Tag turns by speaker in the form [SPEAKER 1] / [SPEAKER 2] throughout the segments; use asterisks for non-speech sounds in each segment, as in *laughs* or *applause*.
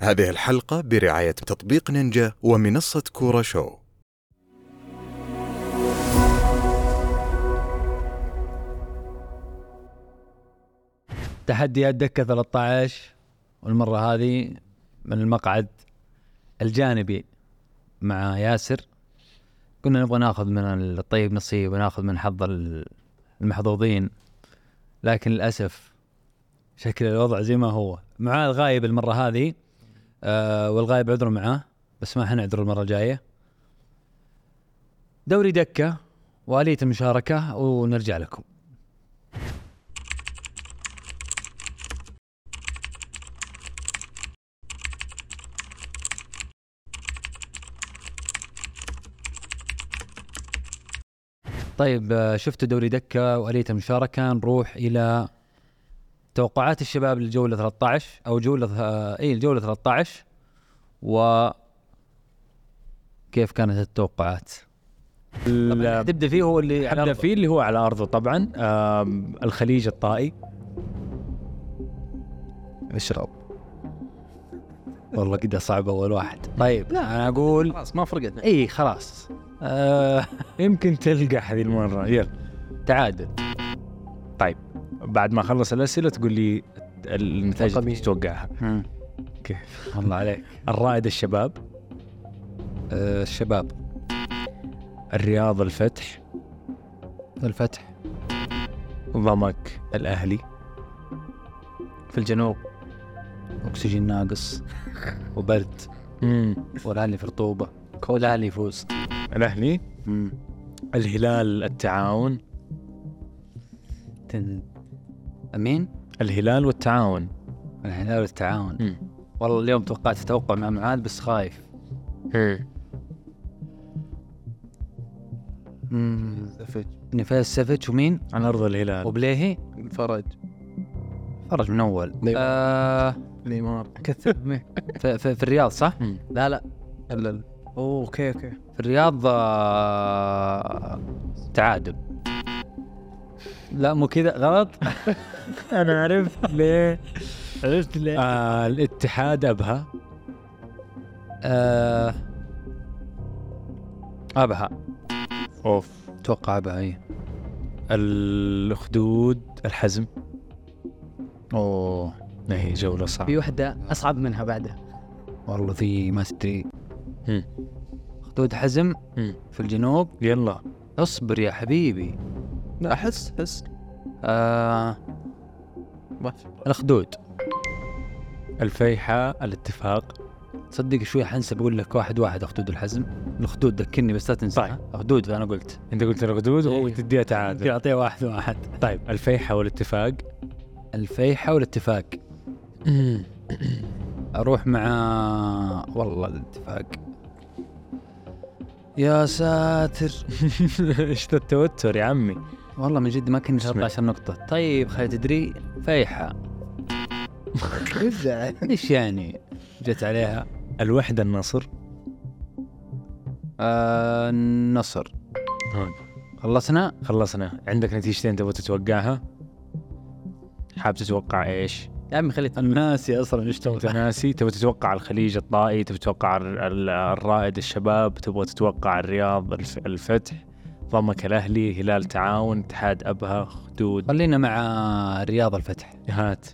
[SPEAKER 1] هذه الحلقة برعاية تطبيق نينجا ومنصة كورة شو
[SPEAKER 2] تحديات دكه 13 والمره هذه من المقعد الجانبي مع ياسر كنا نبغى ناخذ من الطيب نصيب وناخذ من حظ ال- المحظوظين لكن للاسف شكل الوضع زي ما هو معاه الغايب المره هذه آه والغايب عذره معاه بس ما حنعذره المره الجايه دوري دكه واليه المشاركه ونرجع لكم طيب آه، شفتوا دوري دكة وآلية المشاركة نروح إلى توقعات الشباب للجولة 13 أو جولة آه، إي الجولة 13 و كيف كانت التوقعات؟ طبعا تبدأ فيه هو اللي على
[SPEAKER 3] حبدا
[SPEAKER 2] أرضه.
[SPEAKER 3] فيه اللي هو على ارضه طبعا آم، الخليج الطائي
[SPEAKER 4] اشرب
[SPEAKER 2] والله كده صعب أول واحد طيب لا أنا أقول
[SPEAKER 4] خلاص ما فرقت
[SPEAKER 2] إي خلاص آه
[SPEAKER 3] يمكن تلقح هذه المره يلا طيب،
[SPEAKER 2] تعادل
[SPEAKER 3] بعد ما اخلص الاسئله تقول لي النتائج اللي
[SPEAKER 4] رقمي.
[SPEAKER 3] تتوقعها كيف
[SPEAKER 2] الله عليك
[SPEAKER 3] الرائد الشباب
[SPEAKER 2] آه الشباب
[SPEAKER 3] الرياض الفتح
[SPEAKER 4] الفتح
[SPEAKER 3] ضمك الاهلي
[SPEAKER 4] في الجنوب
[SPEAKER 2] أكسجين *laughs* ناقص وبرد والأهلي في رطوبة كل الأهلي يفوز
[SPEAKER 3] الاهلي الهلال التعاون
[SPEAKER 2] تن... مين؟
[SPEAKER 3] الهلال والتعاون
[SPEAKER 2] الهلال والتعاون والله اليوم توقعت اتوقع مع معاذ بس خايف
[SPEAKER 4] الزفج
[SPEAKER 2] نفاس سافيتش ومين؟
[SPEAKER 3] على ارض الهلال
[SPEAKER 2] وبليهي؟
[SPEAKER 4] الفرج
[SPEAKER 2] فرج من اول
[SPEAKER 4] نيمار.
[SPEAKER 2] آه
[SPEAKER 4] نيمار
[SPEAKER 2] *laughs* في, في, في الرياض صح؟
[SPEAKER 3] مم.
[SPEAKER 2] لا لا
[SPEAKER 4] لا لا اوه اوكي اوكي
[SPEAKER 2] في الرياض آه تعادل لا مو كذا غلط
[SPEAKER 3] انا عرفت ليه
[SPEAKER 2] عرفت ليه؟
[SPEAKER 3] آه الاتحاد ابها
[SPEAKER 2] آه ابها
[SPEAKER 3] اوف
[SPEAKER 2] اتوقع ابها اي
[SPEAKER 3] الاخدود الحزم إيه،
[SPEAKER 2] اوه
[SPEAKER 3] ما هي جوله صعبه
[SPEAKER 5] في وحدة أصعب منها بعدها
[SPEAKER 2] والله في ما ادري
[SPEAKER 3] مم.
[SPEAKER 2] خدود حزم
[SPEAKER 3] مم.
[SPEAKER 2] في الجنوب
[SPEAKER 3] يلا
[SPEAKER 2] اصبر يا حبيبي
[SPEAKER 4] لا احس احس
[SPEAKER 2] آه
[SPEAKER 4] وحش
[SPEAKER 2] الخدود
[SPEAKER 3] الفيحاء الاتفاق
[SPEAKER 2] صدق شوي حنسى بقول لك واحد واحد اخدود الحزم الخدود ذكرني بس لا تنسى
[SPEAKER 3] طيب.
[SPEAKER 2] ها؟ اخدود انا قلت
[SPEAKER 3] انت قلت الغدود وهو
[SPEAKER 2] إيه.
[SPEAKER 3] تديها تعادل
[SPEAKER 2] اعطيه واحد واحد
[SPEAKER 3] طيب الفيحاء والاتفاق
[SPEAKER 2] الفيحة والاتفاق
[SPEAKER 3] *laughs*
[SPEAKER 2] اروح مع والله الاتفاق يا ساتر
[SPEAKER 3] ايش ذا التوتر يا عمي
[SPEAKER 2] والله من جد ما كنت
[SPEAKER 3] اسمع.
[SPEAKER 2] 13 نقطة طيب خلي تدري فيحة *laughs*
[SPEAKER 5] يفزع
[SPEAKER 2] ايش يعني جت عليها
[SPEAKER 3] الوحده النصر
[SPEAKER 2] آه النصر خلصنا
[SPEAKER 3] خلصنا عندك نتيجتين تبغى تتوقعها حاب تتوقع ايش؟
[SPEAKER 2] يا عمي خلي الناسي اصلا ايش
[SPEAKER 3] انت
[SPEAKER 2] توقع
[SPEAKER 3] ناسي تبغى تتوقع الخليج الطائي تبغى تتوقع ال- ال- الرائد الشباب تبغى تتوقع الرياض الف- الفتح ضمك الاهلي هلال تعاون اتحاد ابها خدود
[SPEAKER 2] خلينا مع رياض الفتح
[SPEAKER 3] هات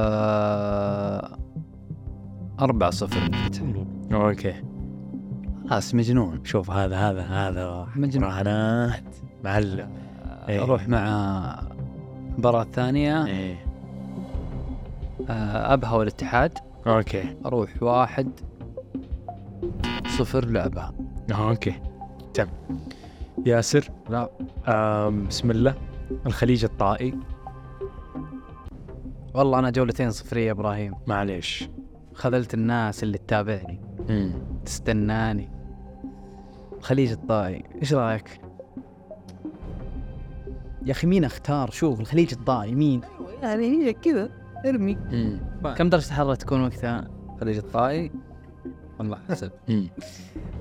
[SPEAKER 2] آه أربعة صفر للفتح
[SPEAKER 3] اوكي
[SPEAKER 2] خلاص مجنون
[SPEAKER 3] شوف هذا هذا هذا
[SPEAKER 2] مجنون. آه،
[SPEAKER 3] رهانات معلم إيه.
[SPEAKER 2] أروح مع المباراة الثانية
[SPEAKER 3] ايه
[SPEAKER 2] آه أبها والاتحاد
[SPEAKER 3] اوكي
[SPEAKER 2] أروح واحد صفر لأبها
[SPEAKER 3] اوكي تم ياسر
[SPEAKER 2] لا
[SPEAKER 3] آم بسم الله الخليج الطائي
[SPEAKER 5] والله أنا جولتين صفرية يا إبراهيم
[SPEAKER 3] معليش
[SPEAKER 5] خذلت الناس اللي تتابعني
[SPEAKER 3] مم.
[SPEAKER 5] تستناني خليج الطائي إيش رأيك؟ يا أخي مين أختار؟ شوف الخليج الطائي مين؟ يعني هي كذا ارمي
[SPEAKER 3] مم.
[SPEAKER 5] كم درجة الحرارة تكون وقتها؟
[SPEAKER 2] خليج الطائي والله حسب
[SPEAKER 3] مم.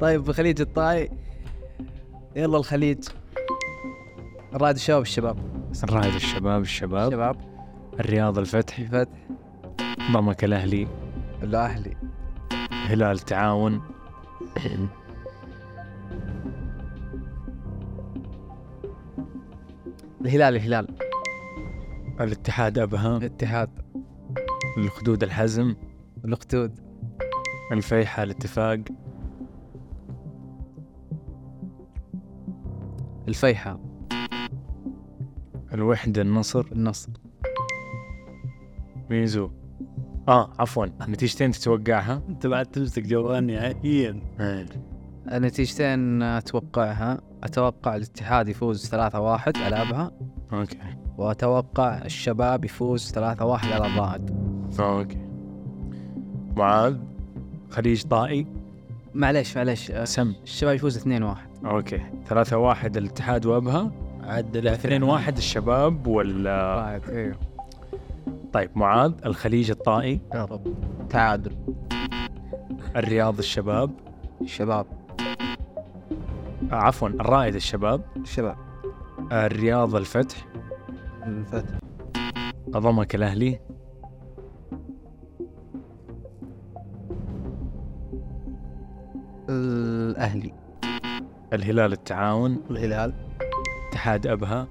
[SPEAKER 5] طيب الخليج الطائي يلا الخليج الرائد الشباب الشباب
[SPEAKER 3] الرائد الشباب الشباب
[SPEAKER 5] الشباب
[SPEAKER 3] الرياض الفتح
[SPEAKER 5] الفتح
[SPEAKER 3] ضمك الاهلي
[SPEAKER 4] الاهلي
[SPEAKER 3] هلال تعاون
[SPEAKER 5] الهلال الهلال
[SPEAKER 3] الاتحاد ابها
[SPEAKER 4] الاتحاد
[SPEAKER 3] الخدود الحزم
[SPEAKER 4] الاخدود
[SPEAKER 3] الفيحة الاتفاق
[SPEAKER 4] الفيحة
[SPEAKER 3] الوحدة النصر
[SPEAKER 4] النصر
[SPEAKER 3] ميزو اه عفوا نتيجتين تتوقعها
[SPEAKER 2] انت بعد تمسك جوال نهائيا
[SPEAKER 4] النتيجتين اتوقعها اتوقع الاتحاد يفوز 3-1 العبها
[SPEAKER 3] اوكي
[SPEAKER 4] واتوقع الشباب يفوز 3-1 على الرائد
[SPEAKER 3] اوكي معاذ خليج طائي
[SPEAKER 4] معليش معليش أه،
[SPEAKER 3] سم
[SPEAKER 4] الشباب يفوز 2-1
[SPEAKER 3] اوكي ثلاثة واحد الاتحاد وابها
[SPEAKER 2] عدل
[SPEAKER 3] اثنين واحد الشباب ولا
[SPEAKER 4] الرائد ايوه
[SPEAKER 3] طيب معاذ الخليج الطائي
[SPEAKER 4] يا رب تعادل
[SPEAKER 3] الرياض الشباب
[SPEAKER 4] الشباب
[SPEAKER 3] آه، عفوا الرائد الشباب
[SPEAKER 4] الشباب
[SPEAKER 3] آه، الرياض الفتح
[SPEAKER 4] الفتح
[SPEAKER 3] ضمك الاهلي
[SPEAKER 4] الاهلي
[SPEAKER 3] الهلال التعاون
[SPEAKER 4] الهلال
[SPEAKER 3] اتحاد ابها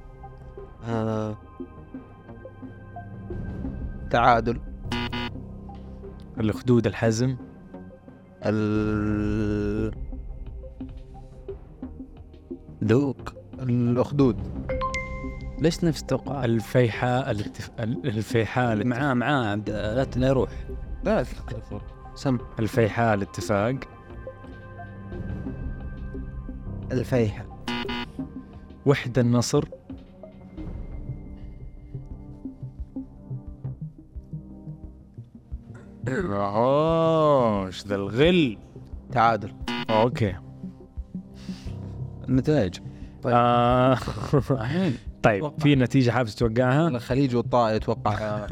[SPEAKER 4] آه. تعادل
[SPEAKER 3] الخدود الحزم
[SPEAKER 4] ال
[SPEAKER 2] ذوق
[SPEAKER 4] الاخدود ليش نفس توقع
[SPEAKER 3] الفيحاء الاتف... الفيحاء الاتفاق
[SPEAKER 2] معاه معاه عبد لا ت- لا يروح
[SPEAKER 4] لا سم
[SPEAKER 3] الفيحاء الاتفاق
[SPEAKER 5] الفيحة
[SPEAKER 3] وحدة النصر اوش ذا الغل
[SPEAKER 4] تعادل
[SPEAKER 3] اوكي
[SPEAKER 2] النتائج
[SPEAKER 4] طيب.
[SPEAKER 3] آه، *laughs* طيب في نتيجة حابب *laughs* تتوقعها؟
[SPEAKER 4] الخليج والطائي اتوقع
[SPEAKER 2] آه.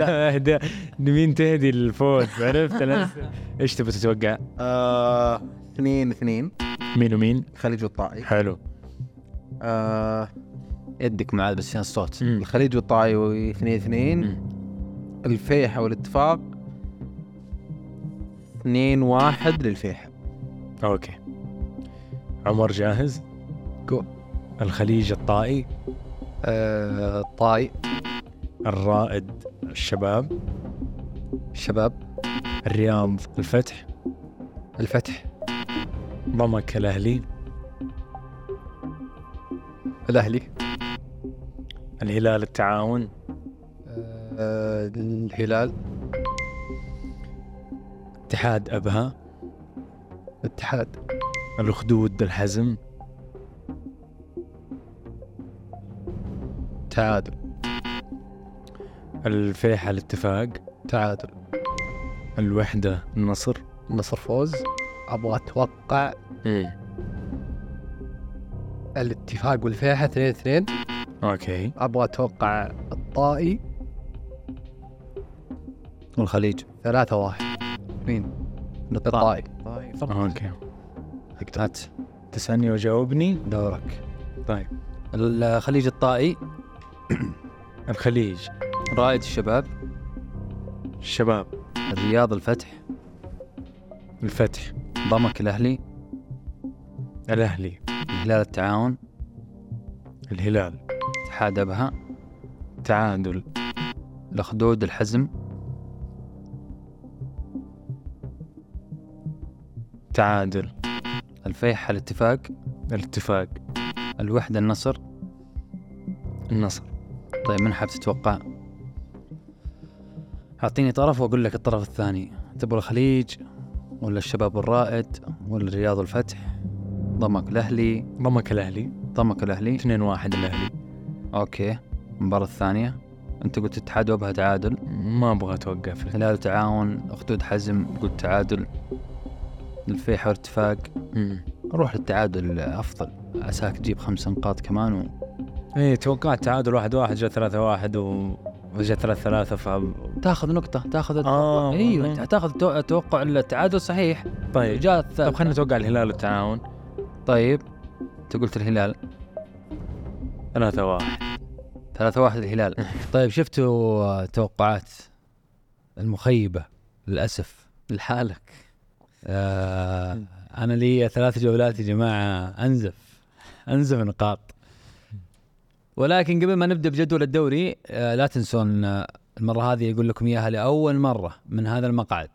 [SPEAKER 3] اهدى مين تهدي الفوز عرفت أنا لسه. ايش تبي تتوقع؟
[SPEAKER 4] آه، اثنين اثنين
[SPEAKER 3] مين ومين؟
[SPEAKER 4] الخليج والطائي
[SPEAKER 3] حلو
[SPEAKER 4] آه،
[SPEAKER 2] يدك معاه بس عشان الصوت
[SPEAKER 3] مم.
[SPEAKER 4] الخليج والطائي و- اثنين اثنين الفيحة والاتفاق اثنين واحد للفيحة
[SPEAKER 3] اوكي عمر جاهز؟
[SPEAKER 4] جو.
[SPEAKER 3] الخليج الطائي
[SPEAKER 5] آه الطاي
[SPEAKER 3] الرائد الشباب
[SPEAKER 5] الشباب
[SPEAKER 3] الرياض الفتح
[SPEAKER 5] الفتح
[SPEAKER 3] ضمك الاهلي
[SPEAKER 5] الاهلي
[SPEAKER 3] الهلال التعاون
[SPEAKER 5] آه الهلال
[SPEAKER 3] اتحاد ابها
[SPEAKER 5] الاتحاد
[SPEAKER 3] الاخدود الحزم
[SPEAKER 5] تعادل
[SPEAKER 3] الفيحة الاتفاق
[SPEAKER 5] تعادل
[SPEAKER 3] الوحدة النصر
[SPEAKER 5] النصر فوز ابغى اتوقع
[SPEAKER 3] إيه.
[SPEAKER 5] الاتفاق والفيحة 2 2
[SPEAKER 3] اوكي
[SPEAKER 5] ابغى اتوقع الطائي
[SPEAKER 2] والخليج
[SPEAKER 5] 3 1
[SPEAKER 4] مين؟
[SPEAKER 5] الطائي
[SPEAKER 4] طائي
[SPEAKER 3] اوكي
[SPEAKER 2] هات
[SPEAKER 3] تسألني وجاوبني
[SPEAKER 2] دورك
[SPEAKER 3] طيب
[SPEAKER 2] الخليج الطائي
[SPEAKER 3] الخليج
[SPEAKER 2] رائد الشباب
[SPEAKER 3] الشباب
[SPEAKER 2] الرياض الفتح
[SPEAKER 3] الفتح
[SPEAKER 2] ضمك الاهلي
[SPEAKER 3] الاهلي
[SPEAKER 2] الهلال التعاون
[SPEAKER 3] الهلال
[SPEAKER 2] اتحاد ابها
[SPEAKER 3] تعادل
[SPEAKER 2] الاخدود الحزم
[SPEAKER 3] تعادل
[SPEAKER 2] الفيحة الاتفاق
[SPEAKER 3] الاتفاق
[SPEAKER 2] الوحدة النصر
[SPEAKER 3] النصر
[SPEAKER 2] طيب من حاب تتوقع اعطيني طرف واقول لك الطرف الثاني تبغى الخليج ولا الشباب الرائد ولا الرياض الفتح ضمك الاهلي
[SPEAKER 3] ضمك الاهلي
[SPEAKER 2] ضمك الاهلي
[SPEAKER 3] 2-1 الاهلي
[SPEAKER 2] اوكي المباراة الثانية انت قلت اتحاد وابها تعادل
[SPEAKER 3] ما ابغى اتوقع في
[SPEAKER 2] هلال تعاون اخدود حزم قلت تعادل الفيحة واتفاق
[SPEAKER 3] مم.
[SPEAKER 2] روح للتعادل افضل عساك تجيب خمس نقاط كمان و...
[SPEAKER 3] ايه توقعت تعادل واحد واحد جاء ثلاثة واحد و وجاء ثلاثة ثلاثة ف
[SPEAKER 2] تاخذ نقطة تاخذ
[SPEAKER 3] آه،
[SPEAKER 2] التوقع ايوه
[SPEAKER 3] والله.
[SPEAKER 2] تاخذ تو- توقع التعادل صحيح
[SPEAKER 3] طيب
[SPEAKER 2] جاء
[SPEAKER 3] طب
[SPEAKER 2] الثالث
[SPEAKER 3] خلينا نتوقع الهلال والتعاون
[SPEAKER 2] طيب انت قلت الهلال
[SPEAKER 3] ثلاثة واحد
[SPEAKER 2] ثلاثة واحد الهلال طيب شفتوا آه، توقعات المخيبه للاسف
[SPEAKER 3] لحالك
[SPEAKER 2] آه انا لي ثلاث جولات يا جماعه انزف انزف نقاط ولكن قبل ما نبدا بجدول الدوري آه لا تنسون آه المره هذه اقول لكم اياها لاول مره من هذا المقعد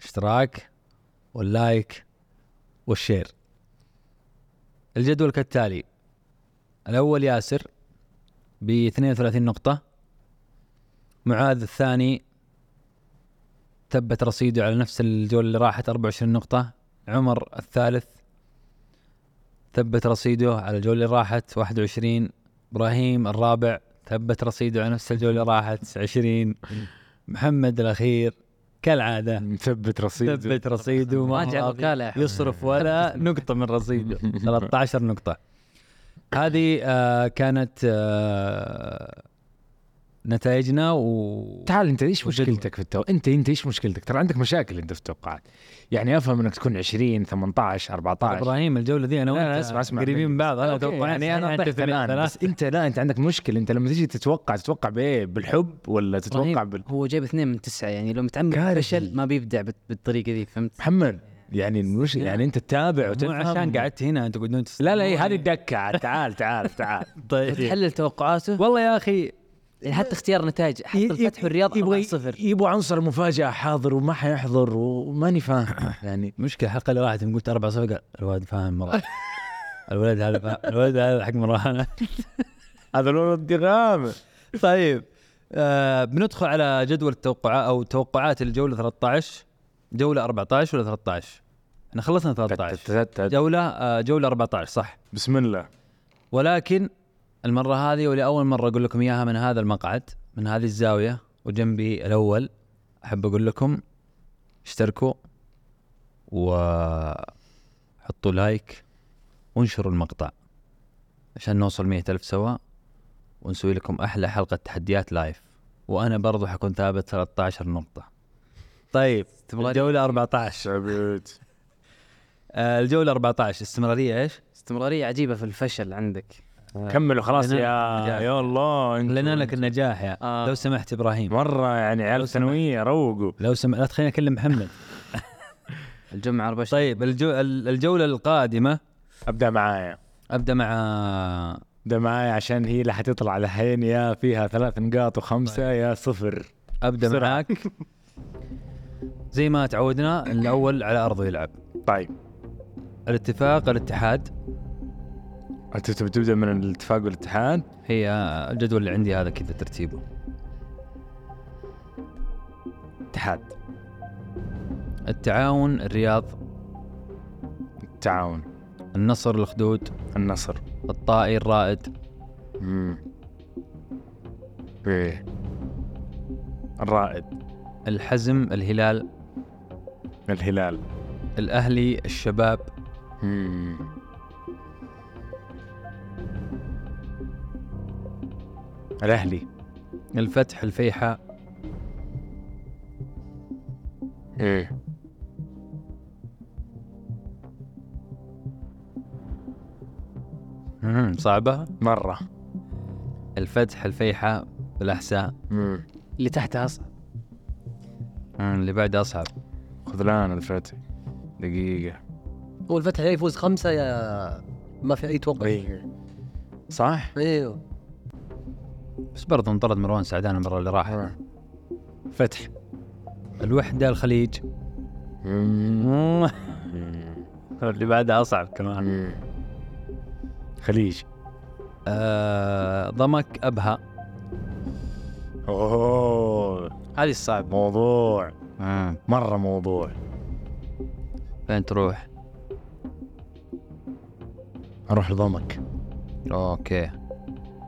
[SPEAKER 2] اشتراك واللايك والشير الجدول كالتالي الاول ياسر ب 32 نقطه معاذ الثاني ثبت رصيده على نفس الجولة اللي راحت 24 نقطة عمر الثالث ثبت رصيده على الجولة اللي راحت 21 إبراهيم الرابع ثبت رصيده على نفس الجولة اللي راحت 20 محمد الأخير كالعادة
[SPEAKER 3] مثبت رصيد
[SPEAKER 2] ثبت رصيده ما
[SPEAKER 5] راجع وكالة يا حبيبي.
[SPEAKER 2] يصرف
[SPEAKER 5] *laughs*
[SPEAKER 2] ولا نقطة من رصيده 13 نقطة هذه آه كانت آه نتائجنا و
[SPEAKER 3] تعال انت ايش مشكلتك في التو... انت انت ايش مشكلتك؟ ترى عندك مشاكل انت في التوقعات. يعني افهم انك تكون 20 18 14
[SPEAKER 2] ابراهيم الجوله دي انا
[SPEAKER 3] لا،
[SPEAKER 2] وانت
[SPEAKER 3] لا، اسمع، اسمع.
[SPEAKER 2] قريبين من بعض انا
[SPEAKER 3] أوكي،
[SPEAKER 2] اتوقع
[SPEAKER 3] يعني انا
[SPEAKER 2] طحت
[SPEAKER 3] طحت الان
[SPEAKER 2] ثلاث.
[SPEAKER 3] بس انت لا انت عندك مشكله انت لما تيجي تتوقع تتوقع بايه؟ بالحب ولا تتوقع
[SPEAKER 5] إبراهيم
[SPEAKER 3] بال
[SPEAKER 5] هو جايب اثنين من تسعه يعني لو متعمد
[SPEAKER 3] كارثي.
[SPEAKER 5] فشل ما بيبدع بال- بالطريقه ذي فهمت؟
[SPEAKER 3] محمد يعني المش... يعني انت تتابع
[SPEAKER 2] مو
[SPEAKER 3] وتفهم
[SPEAKER 2] عشان قعدت هنا انتوا تقعدون تس-
[SPEAKER 3] لا لا هي هذه الدكه عاد، تعال تعال
[SPEAKER 2] *laughs*
[SPEAKER 3] تعال
[SPEAKER 2] طيب
[SPEAKER 5] تحلل توقعاته
[SPEAKER 2] والله يا اخي
[SPEAKER 5] يعني حتى اختيار نتائج حتى الفتح والرياض 4-0
[SPEAKER 3] يبغوا عنصر مفاجاه حاضر وما حيحضر وماني فاهم يعني
[SPEAKER 2] مشكله الحلقه اللي راحت يوم قلت اربع صفقة الولد فاهم
[SPEAKER 3] *laughs*
[SPEAKER 2] مره الولد هذا فاهم. الولد هذا حق مراهنه
[SPEAKER 3] هذا لون الدغام
[SPEAKER 2] طيب آه بندخل على جدول التوقعات او توقعات الجوله 13 جوله 14 ولا 13 احنا خلصنا 13 جوله آه جوله 14 صح
[SPEAKER 3] بسم الله
[SPEAKER 2] ولكن المرة هذه ولأول مرة أقول لكم إياها من هذا المقعد من هذه الزاوية وجنبي الأول أحب أقول لكم اشتركوا وحطوا لايك وانشروا المقطع عشان نوصل مية ألف سوا ونسوي لكم أحلى حلقة تحديات لايف وأنا برضو حكون ثابت 13 نقطة طيب تبغى جولة 14
[SPEAKER 3] شعبيت
[SPEAKER 2] آه، الجولة 14 استمرارية ايش؟
[SPEAKER 5] استمراريه عجيبه في الفشل عندك
[SPEAKER 3] كملوا خلاص
[SPEAKER 2] لنا-
[SPEAKER 3] يا يا الله انتوا-
[SPEAKER 2] لنا لك النجاح يا
[SPEAKER 5] آه.
[SPEAKER 2] يعني. لو سمحت ابراهيم
[SPEAKER 3] مره يعني عيال ثانويه روقوا
[SPEAKER 2] لو سمع لا تخليني اكلم محمد
[SPEAKER 5] الجمعه 24
[SPEAKER 2] طيب الجو... ال- الجوله القادمه
[SPEAKER 3] ابدا معايا
[SPEAKER 2] ابدا مع
[SPEAKER 3] ابدا معايا عشان هي اللي حتطلع الحين يا فيها ثلاث نقاط وخمسه
[SPEAKER 2] طيب.
[SPEAKER 3] يا صفر
[SPEAKER 2] ابدا
[SPEAKER 3] بسرعة.
[SPEAKER 2] معاك زي ما تعودنا الاول على ارضه يلعب
[SPEAKER 3] طيب
[SPEAKER 2] الاتفاق الاتحاد
[SPEAKER 3] انت تبي تبدا من الاتفاق والاتحاد
[SPEAKER 2] هي الجدول اللي عندي هذا كذا ترتيبه
[SPEAKER 3] اتحاد
[SPEAKER 2] التعاون الرياض
[SPEAKER 3] التعاون
[SPEAKER 2] النصر الخدود
[SPEAKER 3] النصر
[SPEAKER 2] الطائي الرائد
[SPEAKER 3] امم ايه الرائد
[SPEAKER 2] الحزم الهلال
[SPEAKER 3] الهلال
[SPEAKER 2] الاهلي الشباب
[SPEAKER 3] امم الاهلي
[SPEAKER 2] الفتح الفيحاء إيه.
[SPEAKER 3] ايه
[SPEAKER 2] مم، صعبه
[SPEAKER 3] مره
[SPEAKER 2] الفتح الفيحاء بالاحساء
[SPEAKER 3] امم
[SPEAKER 6] طيب،
[SPEAKER 5] اللي تحتها اصلا
[SPEAKER 2] مم، اللي بعده اصعب
[SPEAKER 3] خذلان الفتح دقيقة
[SPEAKER 6] هو الفتح يا يفوز خمسه يا ما في اي توقع
[SPEAKER 3] صح؟
[SPEAKER 6] ايوه
[SPEAKER 2] بس برضه انطرد مروان سعدان المره اللي راحت
[SPEAKER 3] فتح
[SPEAKER 2] الوحدة الخليج اللي بعدها أصعب كمان
[SPEAKER 3] خليج
[SPEAKER 2] آه ضمك أبها
[SPEAKER 3] اوه
[SPEAKER 5] هذه الصعبه
[SPEAKER 3] موضوع مرة موضوع
[SPEAKER 2] آه، فين تروح؟
[SPEAKER 3] اروح لضمك
[SPEAKER 2] أوكي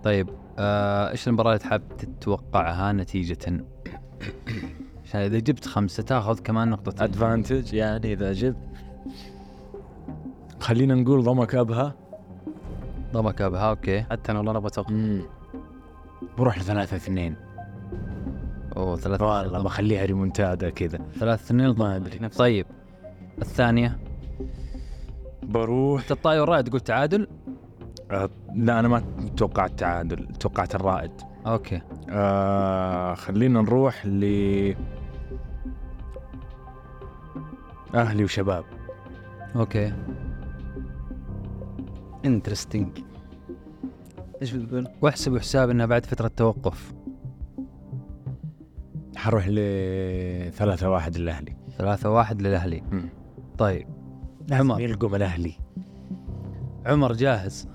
[SPEAKER 2] طيب آه، إيش المباراة اللي حاب تتوقعها نتيجة؟ *coughs* عشان إذا جبت خمسة تاخذ كمان نقطة
[SPEAKER 3] ادفانتج يعني اذا جبت خلينا نقول ضمك ابها
[SPEAKER 2] ضمك أبها أوكي
[SPEAKER 5] حتى انا والله أنا ابغى اتوقع
[SPEAKER 3] بروح لثلاثة اثنين
[SPEAKER 2] أوه ثلاثة
[SPEAKER 3] والله بخليها ريمونتادا كذا
[SPEAKER 2] ثلاثة اثنين
[SPEAKER 3] ما
[SPEAKER 2] ضمك.
[SPEAKER 3] أدري.
[SPEAKER 2] طيب الثانية
[SPEAKER 3] بروح
[SPEAKER 2] أنت الطائي والرائد تقول تعادل؟
[SPEAKER 3] آه، لا انا ما توقعت تعادل توقعت الرائد
[SPEAKER 2] أوكي
[SPEAKER 3] آه خلينا نروح ل اهلي وشباب
[SPEAKER 2] اوكي
[SPEAKER 5] انترستنج ايش بتقول؟
[SPEAKER 2] واحسبوا حساب انها بعد فتره توقف
[SPEAKER 3] حروح لثلاثة واحد الاهلي
[SPEAKER 2] ثلاثة واحد للاهلي
[SPEAKER 3] مم.
[SPEAKER 2] طيب عمر
[SPEAKER 3] يلقم الاهلي
[SPEAKER 2] عمر جاهز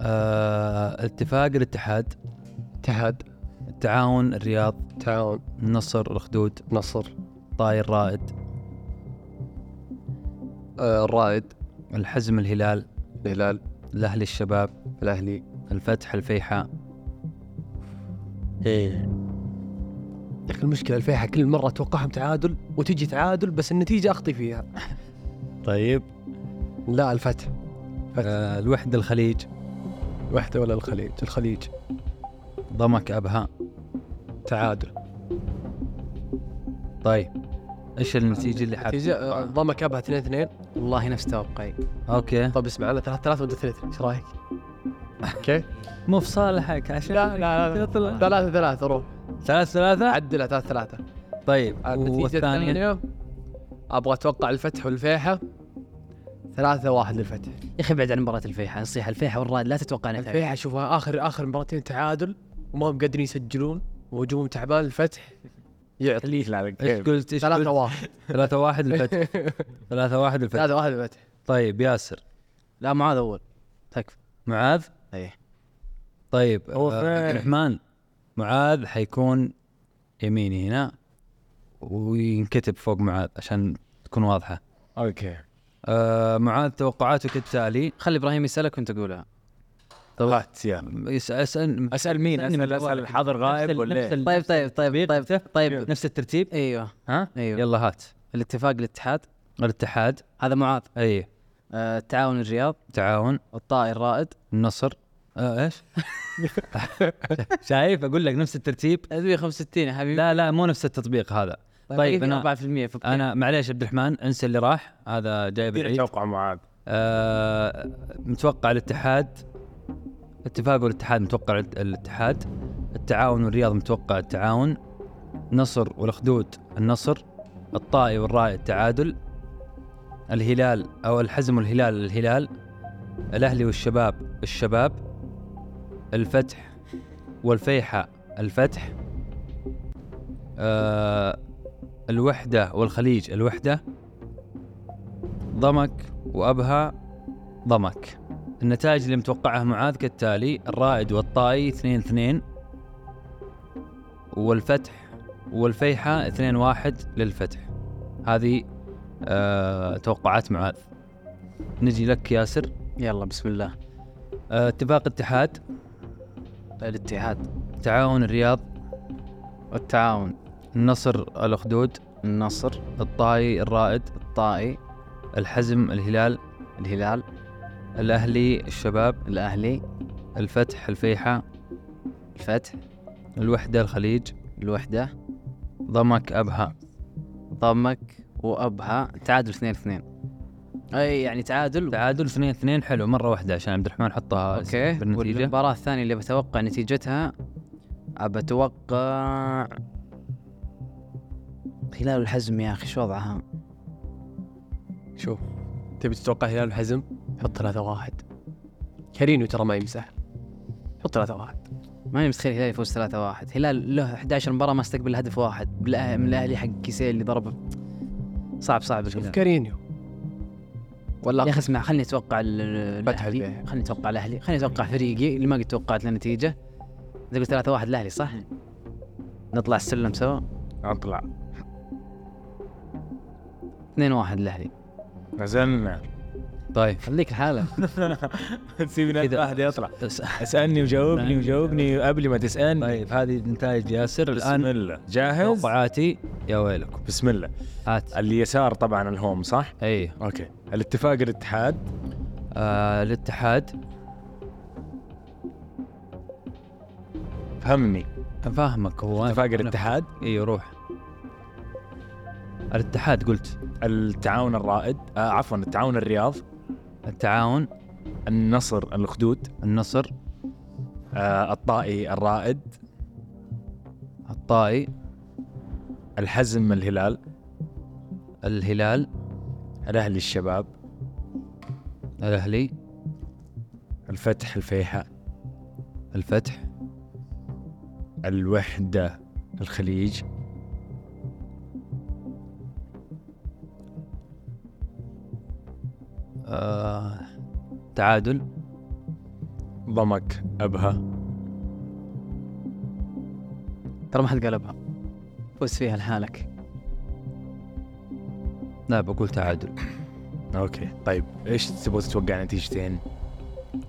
[SPEAKER 2] آه اتفاق الاتحاد
[SPEAKER 6] اتحاد
[SPEAKER 2] التعاون الرياض
[SPEAKER 6] تعاون
[SPEAKER 2] النصر الخدود
[SPEAKER 6] نصر
[SPEAKER 2] طاير رائد
[SPEAKER 6] آه، الرائد
[SPEAKER 2] الحزم الهلال
[SPEAKER 6] الهلال
[SPEAKER 2] الاهلي الشباب
[SPEAKER 6] الاهلي
[SPEAKER 2] الفتح الفيحاء
[SPEAKER 5] إيه.
[SPEAKER 6] ايه يا اخي المشكله الفيحة كل مره اتوقعهم تعادل وتجي تعادل بس النتيجه اخطي فيها
[SPEAKER 2] طيب
[SPEAKER 6] لا الفتح
[SPEAKER 2] آه الوحدة الخليج
[SPEAKER 6] وحده ولا الخليج الخليج
[SPEAKER 2] ضمك أبها
[SPEAKER 6] تعادل
[SPEAKER 2] طيب ايش النتيجة اللي حاب
[SPEAKER 6] النتيجه آه، ضمك ابها 2 2
[SPEAKER 5] والله نفس توقعي
[SPEAKER 2] اوكي
[SPEAKER 6] طب اسمع انا 3 3 وانت 3 ايش رايك؟ اوكي
[SPEAKER 2] مو في صالحك عشان
[SPEAKER 6] لا لا لا 3 3 روح
[SPEAKER 2] ثلاث ثلاثة
[SPEAKER 6] عدلها 3 3
[SPEAKER 2] طيب
[SPEAKER 7] آه،
[SPEAKER 6] النتيجه
[SPEAKER 2] والثانية
[SPEAKER 6] الثانيه ابغى اتوقع الفتح والفيحة 3 1 للفتح
[SPEAKER 5] يا اخي ابعد عن مباراه الفيحاء نصيحه الفيحاء والرائد لا تتوقع نتائج
[SPEAKER 6] الفيحة شوفها اخر اخر مباراتين تعادل وما هم قادرين يسجلون وهجومهم تعبان الفتح يعطي
[SPEAKER 3] خليك على
[SPEAKER 2] ايش
[SPEAKER 3] الكيف.
[SPEAKER 2] قلت ايش
[SPEAKER 6] 3
[SPEAKER 2] قلت
[SPEAKER 6] 1
[SPEAKER 2] ثلاثة
[SPEAKER 7] إيه.
[SPEAKER 2] واحد الفتح 3 واحد الفتح
[SPEAKER 6] 3 1 للفتح
[SPEAKER 2] طيب ياسر
[SPEAKER 5] لا معاذ اول تكفى
[SPEAKER 2] معاذ
[SPEAKER 5] ايه.
[SPEAKER 2] طيب
[SPEAKER 3] هو
[SPEAKER 2] آه، عبد
[SPEAKER 3] فين؟
[SPEAKER 2] الرحمن معاذ حيكون يميني هنا وينكتب فوق معاذ عشان تكون واضحة
[SPEAKER 3] اوكي
[SPEAKER 2] آه معاذ توقعاته كالتالي
[SPEAKER 5] خلي ابراهيم يسالك وانت قولها
[SPEAKER 3] هات يا
[SPEAKER 2] يس- اسال
[SPEAKER 3] اسال مين؟
[SPEAKER 2] استني
[SPEAKER 3] اسال
[SPEAKER 2] من
[SPEAKER 3] اسال
[SPEAKER 2] الأول.
[SPEAKER 3] الحاضر غائب
[SPEAKER 2] نفس ال-
[SPEAKER 3] ولا
[SPEAKER 2] نفس
[SPEAKER 3] إيه؟
[SPEAKER 2] ال-
[SPEAKER 5] طيب طيب طيب طيب طيب, طيب.
[SPEAKER 2] نفس الترتيب
[SPEAKER 5] ايوه
[SPEAKER 2] ها
[SPEAKER 5] ايوه
[SPEAKER 2] يلا هات
[SPEAKER 5] الاتفاق الاتحاد
[SPEAKER 2] الاتحاد
[SPEAKER 5] هذا معاذ
[SPEAKER 2] اي
[SPEAKER 5] آه، التعاون الرياض
[SPEAKER 2] تعاون
[SPEAKER 5] الطائي الرائد
[SPEAKER 2] النصر آه ايش؟ شايف اقول لك نفس الترتيب
[SPEAKER 5] 65 يا حبيبي
[SPEAKER 2] لا لا مو نفس التطبيق هذا طيب انا
[SPEAKER 5] 4% في
[SPEAKER 2] انا معليش عبد الرحمن انسى اللي راح هذا جاي
[SPEAKER 3] كثير
[SPEAKER 2] بالعيد
[SPEAKER 3] توقع إيه؟ معاذ
[SPEAKER 2] آه متوقع الاتحاد اتفاق والاتحاد متوقع الات- الاتحاد التعاون والرياض متوقع التعاون نصر والخدود النصر الطائي والرائد تعادل الهلال او الحزم والهلال الهلال الاهلي والشباب الشباب الفتح والفيحة الفتح آه الوحدة والخليج الوحدة ضمك وأبها ضمك النتائج اللي متوقعها معاذ كالتالي الرائد والطائي 2 2 والفتح والفيحة 2 1 للفتح هذه آه توقعات معاذ نجي لك ياسر
[SPEAKER 5] يلا بسم الله
[SPEAKER 2] آه اتفاق اتحاد
[SPEAKER 5] طيب، الاتحاد
[SPEAKER 2] تعاون الرياض
[SPEAKER 5] التعاون
[SPEAKER 2] النصر الأخدود
[SPEAKER 5] النصر
[SPEAKER 2] الطائي الرائد
[SPEAKER 5] الطائي
[SPEAKER 2] الحزم الهلال
[SPEAKER 5] الهلال
[SPEAKER 2] الأهلي الشباب
[SPEAKER 5] الاهلي
[SPEAKER 2] الفتح الفيحة
[SPEAKER 5] الفتح
[SPEAKER 2] الوحدة الخليج
[SPEAKER 5] الوحده
[SPEAKER 2] ضمك أبها
[SPEAKER 5] ضمك وابها تعادل 2 2 اي يعني تعادل
[SPEAKER 2] تعادل 2 2 حلو مره واحده عشان عبد الرحمن حطها
[SPEAKER 5] اوكي
[SPEAKER 2] بالنتيجه
[SPEAKER 5] والمباراة الثانية اللي بتوقع نتيجتها بتوقع هلال الحزم يا اخي شو وضعها؟
[SPEAKER 6] شوف تبي تتوقع هلال الحزم حط 3 1 كارينيو ترى ما يمسح حط 3 1
[SPEAKER 5] ما يمسخير هلال يفوز 3 1 هلال له 11 مباراة ما استقبل هدف واحد بالأه- من الاهلي حق كيسيه اللي ضربه صعب صعب الهلال
[SPEAKER 6] كارينيو ولا
[SPEAKER 5] يا اخي اسمع خلني اتوقع ال- ال-
[SPEAKER 6] فتح
[SPEAKER 5] الاهلي
[SPEAKER 6] البيع.
[SPEAKER 5] خلني اتوقع الاهلي خلني اتوقع فريقي اللي ما قد توقعت له نتيجة انت قلت 3 1 الاهلي صح؟ نطلع السلم سوا
[SPEAKER 3] اطلع
[SPEAKER 5] 2 1 الاهلي
[SPEAKER 3] نزلنا
[SPEAKER 2] *laughs* طيب
[SPEAKER 5] خليك لحالك
[SPEAKER 3] سيبنا
[SPEAKER 2] كذا.
[SPEAKER 3] واحد يطلع
[SPEAKER 2] بس-
[SPEAKER 3] اسالني وجاوبني وجاوبني قبل ما تسالني
[SPEAKER 2] طيب هذه نتائج ياسر
[SPEAKER 3] بسم
[SPEAKER 2] الان
[SPEAKER 3] الله جاهز
[SPEAKER 2] توقعاتي يا ويلكم
[SPEAKER 3] بسم الله
[SPEAKER 2] هات
[SPEAKER 3] اليسار طبعا الهوم صح
[SPEAKER 2] اي
[SPEAKER 3] اوكي الاتفاق الاتحاد
[SPEAKER 2] آه الاتحاد
[SPEAKER 3] فهمني
[SPEAKER 2] فاهمك هو
[SPEAKER 3] اتفاق الاتحاد
[SPEAKER 2] اي روح الاتحاد قلت
[SPEAKER 3] التعاون الرائد آه عفوا التعاون الرياض
[SPEAKER 2] التعاون
[SPEAKER 3] النصر الخدود
[SPEAKER 2] النصر
[SPEAKER 3] آه الطائي الرائد
[SPEAKER 2] الطائي
[SPEAKER 3] الحزم الهلال
[SPEAKER 2] الهلال
[SPEAKER 3] الاهلي الشباب
[SPEAKER 2] الاهلي
[SPEAKER 3] الفتح الفيحاء
[SPEAKER 2] الفتح
[SPEAKER 3] الوحده الخليج
[SPEAKER 2] آه تعادل
[SPEAKER 3] ضمك ابها
[SPEAKER 5] ترى ما حد قلبها فوز فيها لحالك
[SPEAKER 2] لا بقول تعادل
[SPEAKER 3] اوكي طيب ايش تبغى تتوقع نتيجتين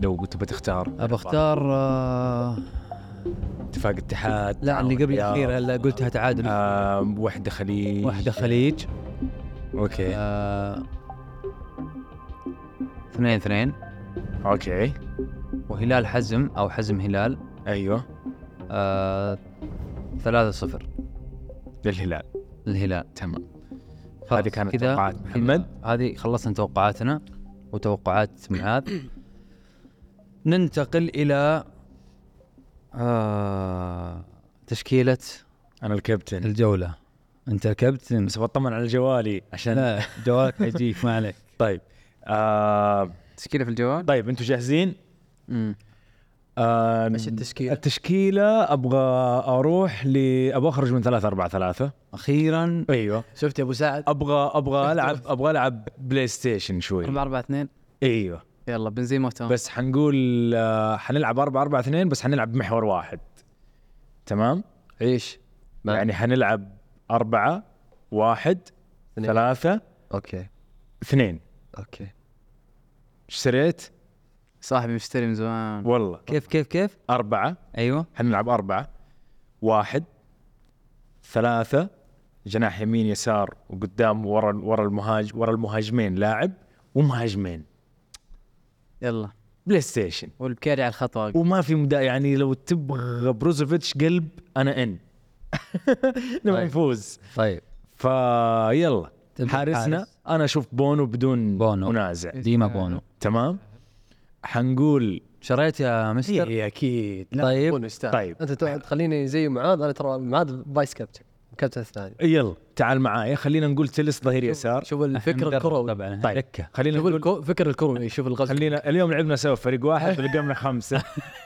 [SPEAKER 3] لو تبغى تختار
[SPEAKER 2] ابى اختار آه
[SPEAKER 3] اتفاق اتحاد
[SPEAKER 2] لا اللي قبل
[SPEAKER 3] يا-
[SPEAKER 2] الاخيره اللي قلتها تعادل
[SPEAKER 3] آه وحده خليج
[SPEAKER 2] واحده خليج
[SPEAKER 3] اوكي
[SPEAKER 2] آه، اثنين اثنين
[SPEAKER 3] اوكي
[SPEAKER 2] وهلال حزم او حزم هلال
[SPEAKER 3] ايوه
[SPEAKER 2] آه ثلاثة صفر
[SPEAKER 3] للهلال
[SPEAKER 2] للهلال
[SPEAKER 3] تمام
[SPEAKER 2] خلاص،
[SPEAKER 3] هذه كانت
[SPEAKER 2] كذا-
[SPEAKER 3] توقعات
[SPEAKER 2] كذا-
[SPEAKER 3] محمد.
[SPEAKER 2] هذه خلصنا توقعاتنا وتوقعات معاذ *clears throat* ننتقل الى آه تشكيلة
[SPEAKER 3] انا الكابتن
[SPEAKER 2] الجولة انت الكابتن
[SPEAKER 3] بس بطمن على جوالي عشان
[SPEAKER 2] لا *laughs* جوالك يجيك ما عليك
[SPEAKER 3] طيب آه
[SPEAKER 5] تشكيله في الجوال
[SPEAKER 3] طيب انتم جاهزين؟
[SPEAKER 5] امم
[SPEAKER 3] آه
[SPEAKER 6] ايش التشكيل؟
[SPEAKER 3] التشكيلة ابغى اروح ل ابغى اخرج من 3 4 3
[SPEAKER 2] اخيرا
[SPEAKER 3] ايوه
[SPEAKER 6] شفت يا ابو سعد؟
[SPEAKER 3] ابغى ابغى العب ابغى العب بلاي ستيشن شوي
[SPEAKER 5] 4 4 2
[SPEAKER 3] ايوه
[SPEAKER 5] يلا بنزيما وتوم
[SPEAKER 3] بس حنقول آه حنلعب 4 4 2 بس حنلعب بمحور واحد تمام؟
[SPEAKER 4] ايش؟ ما-
[SPEAKER 3] يعني حنلعب أربعة واحد
[SPEAKER 4] اثنين.
[SPEAKER 3] ثلاثة
[SPEAKER 4] اوكي
[SPEAKER 3] اثنين
[SPEAKER 4] اوكي
[SPEAKER 3] اشتريت
[SPEAKER 5] صاحبي مشتري من زمان
[SPEAKER 3] والله
[SPEAKER 2] كيف كيف كيف
[SPEAKER 3] أربعة
[SPEAKER 2] ايوه
[SPEAKER 3] حنلعب أربعة واحد ثلاثة جناح يمين يسار وقدام ورا ورا المهاج ورا المهاجمين لاعب ومهاجمين
[SPEAKER 5] يلا
[SPEAKER 3] بلاي ستيشن
[SPEAKER 5] والبكيري على الخط واقف
[SPEAKER 3] وما في مدا يعني لو تبغى بروزوفيتش قلب انا ان *laughs* نبغى
[SPEAKER 2] طيب.
[SPEAKER 3] نفوز
[SPEAKER 2] طيب
[SPEAKER 3] فيلا
[SPEAKER 2] تبدأ
[SPEAKER 3] حارسنا
[SPEAKER 2] حارس.
[SPEAKER 3] انا اشوف بونو بدون
[SPEAKER 2] بونو. إيه.
[SPEAKER 3] منازع
[SPEAKER 2] ديما بونو
[SPEAKER 3] تمام حنقول
[SPEAKER 2] شريت يا مستر
[SPEAKER 6] اي اكيد لا
[SPEAKER 2] طيب.
[SPEAKER 6] تكون أستاذ.
[SPEAKER 3] طيب.
[SPEAKER 7] انت تقعد تخليني زي معاذ انا ترى معاذ فايس كابتن الكابتن الثاني
[SPEAKER 3] يلا تعال معايا خلينا نقول تلس ظهير يسار
[SPEAKER 7] شوف الفكر الكروي
[SPEAKER 2] طبعا
[SPEAKER 3] طيب.
[SPEAKER 2] دكه
[SPEAKER 3] خلينا
[SPEAKER 7] شوف
[SPEAKER 3] نقول
[SPEAKER 7] الكو... فكر الكروي شوف الغزو
[SPEAKER 3] خلينا اليوم لعبنا سوا فريق واحد لقمنا خمسه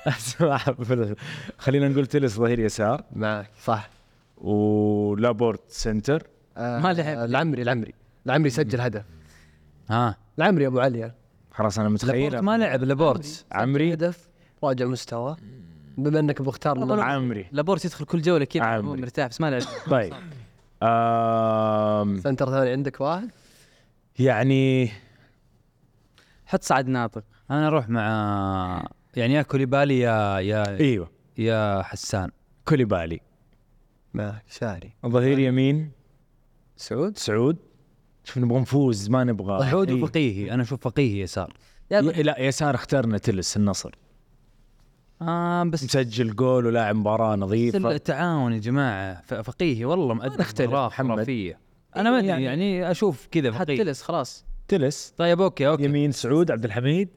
[SPEAKER 3] أسمع، في ال- *laughs* خلينا نقول تلس ظهير يسار
[SPEAKER 7] معك صح
[SPEAKER 3] ولابورت سنتر
[SPEAKER 7] آه
[SPEAKER 5] ما لعب.
[SPEAKER 7] آه، العمري العمري العمري سجل هدف
[SPEAKER 2] ها
[SPEAKER 7] العمري ابو علي
[SPEAKER 3] خلاص انا
[SPEAKER 2] لابورت
[SPEAKER 3] متخيل
[SPEAKER 2] ما لعب لابورت
[SPEAKER 3] عمري
[SPEAKER 7] هدف راجع مستوى بما انك مختار من
[SPEAKER 3] عمري
[SPEAKER 5] لابورت يدخل كل جوله كذا
[SPEAKER 3] عامري.
[SPEAKER 5] هو مرتاح بس ما لعب
[SPEAKER 3] طيب آم
[SPEAKER 7] سنتر ثاني عندك واحد
[SPEAKER 3] يعني
[SPEAKER 5] حط سعد ناطق
[SPEAKER 2] انا اروح مع يعني يا كوليبالي يا يا
[SPEAKER 3] ايوه
[SPEAKER 2] يا حسان
[SPEAKER 3] كوليبالي
[SPEAKER 7] معك شاري
[SPEAKER 3] ظهير يمين
[SPEAKER 7] سعود
[SPEAKER 3] سعود شوف نبغى نفوز ما نبغى
[SPEAKER 2] سعود
[SPEAKER 3] إيه.
[SPEAKER 2] وفقيهي انا اشوف فقيهي يسار
[SPEAKER 3] ي- لا يسار اخترنا تلس النصر
[SPEAKER 2] آه بس
[SPEAKER 3] مسجل جول ولاعب مباراه
[SPEAKER 2] بس
[SPEAKER 3] نظيفه
[SPEAKER 2] التعاون يا جماعه ف- فقيهي والله مقدم
[SPEAKER 3] نختلف،
[SPEAKER 2] مباراة
[SPEAKER 3] محمد.
[SPEAKER 2] خرافيه انا ما ادري يعني اشوف كذا
[SPEAKER 5] حط
[SPEAKER 2] فقيه
[SPEAKER 5] تلس خلاص
[SPEAKER 3] تلس
[SPEAKER 2] طيب اوكي اوكي
[SPEAKER 3] يمين سعود عبد الحميد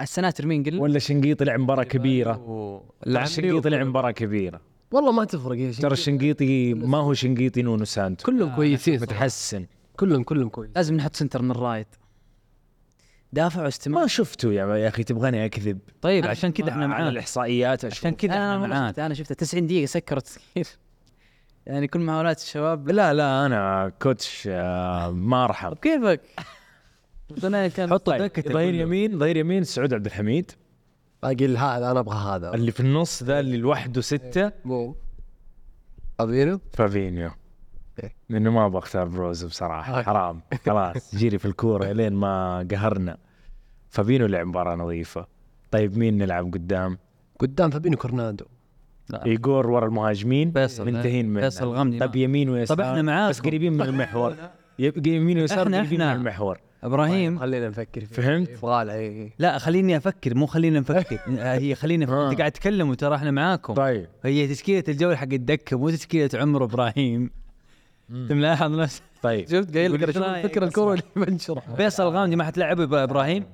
[SPEAKER 5] السناتر مين قل
[SPEAKER 3] ولا شنقيطي لعب مباراه
[SPEAKER 2] أيوة،
[SPEAKER 3] كبيره ترى
[SPEAKER 4] العمري
[SPEAKER 3] الشنقيطي لعب مباراه كبيره
[SPEAKER 7] والله ما تفرق يا شيخ
[SPEAKER 3] ترى الشنقيطي ما هو شنقيطي نونو سانتو
[SPEAKER 7] كلهم كويسين صراحة.
[SPEAKER 3] متحسن
[SPEAKER 7] كلهم كلهم كويس
[SPEAKER 5] لازم نحط سنتر من الرايد دافع واستماع
[SPEAKER 3] ما شفته يا يا اخي تبغاني اكذب
[SPEAKER 2] طيب عشان كذا احنا
[SPEAKER 3] على
[SPEAKER 2] معاه
[SPEAKER 3] الاحصائيات
[SPEAKER 2] عشان
[SPEAKER 3] عشان
[SPEAKER 2] كذا
[SPEAKER 5] انا
[SPEAKER 2] احنا
[SPEAKER 5] والله
[SPEAKER 2] معاه
[SPEAKER 5] شفته انا شفته 90 دقيقه سكروا تسكير يعني كل محاولات الشباب طيب،
[SPEAKER 3] لا لا انا كوتش آه، ما ارحم
[SPEAKER 5] كيفك
[SPEAKER 3] *laughs*
[SPEAKER 5] انا كان
[SPEAKER 2] حط
[SPEAKER 3] طيب،
[SPEAKER 2] دكه
[SPEAKER 3] ظهير يمين ظهير يمين سعود عبد الحميد
[SPEAKER 7] باقي هذا انا ابغى هذا
[SPEAKER 3] اللي في النص ذا اللي لوحده سته
[SPEAKER 2] إيه.
[SPEAKER 7] مو ابينو
[SPEAKER 3] فابينيو
[SPEAKER 7] إيه.
[SPEAKER 3] لانه ما ابغى اختار بروز بصراحه حرام
[SPEAKER 2] *laughs*
[SPEAKER 3] خلاص جيري في الكوره لين ما قهرنا فابينو لعب مباراه نظيفه طيب مين نلعب قدام؟
[SPEAKER 7] قدام فابينو كورنادو
[SPEAKER 3] ايجور ورا المهاجمين
[SPEAKER 2] فيصل،
[SPEAKER 3] منتهين منه
[SPEAKER 2] فيصل غمدي
[SPEAKER 3] طب
[SPEAKER 2] ما.
[SPEAKER 3] يمين ويسار
[SPEAKER 2] طب إحنا معاكم.
[SPEAKER 3] بس قريبين من المحور يب- يمين ويسار
[SPEAKER 2] إحنا-
[SPEAKER 3] قريبين
[SPEAKER 2] إحنا.
[SPEAKER 3] من المحور
[SPEAKER 2] ابراهيم
[SPEAKER 7] طيب، خلينا نفكر فيه
[SPEAKER 3] فهمت؟
[SPEAKER 7] يبغى له إيه.
[SPEAKER 2] لا خليني افكر مو خلينا *laughs* نفكر آه، هي خلينا أفكر. انت قاعد تتكلم وترى احنا معاكم
[SPEAKER 3] طيب
[SPEAKER 2] هي تشكيله الجوله حق الدكه مو تشكيله عمر ابراهيم انت ملاحظ نفس
[SPEAKER 3] طيب
[SPEAKER 7] شفت قايل لك
[SPEAKER 2] يقول
[SPEAKER 7] شوف
[SPEAKER 2] رأيك
[SPEAKER 7] الفكره الكروي اللي بنشرها
[SPEAKER 2] فيصل غامدي ما حتلعبه يبقى ابراهيم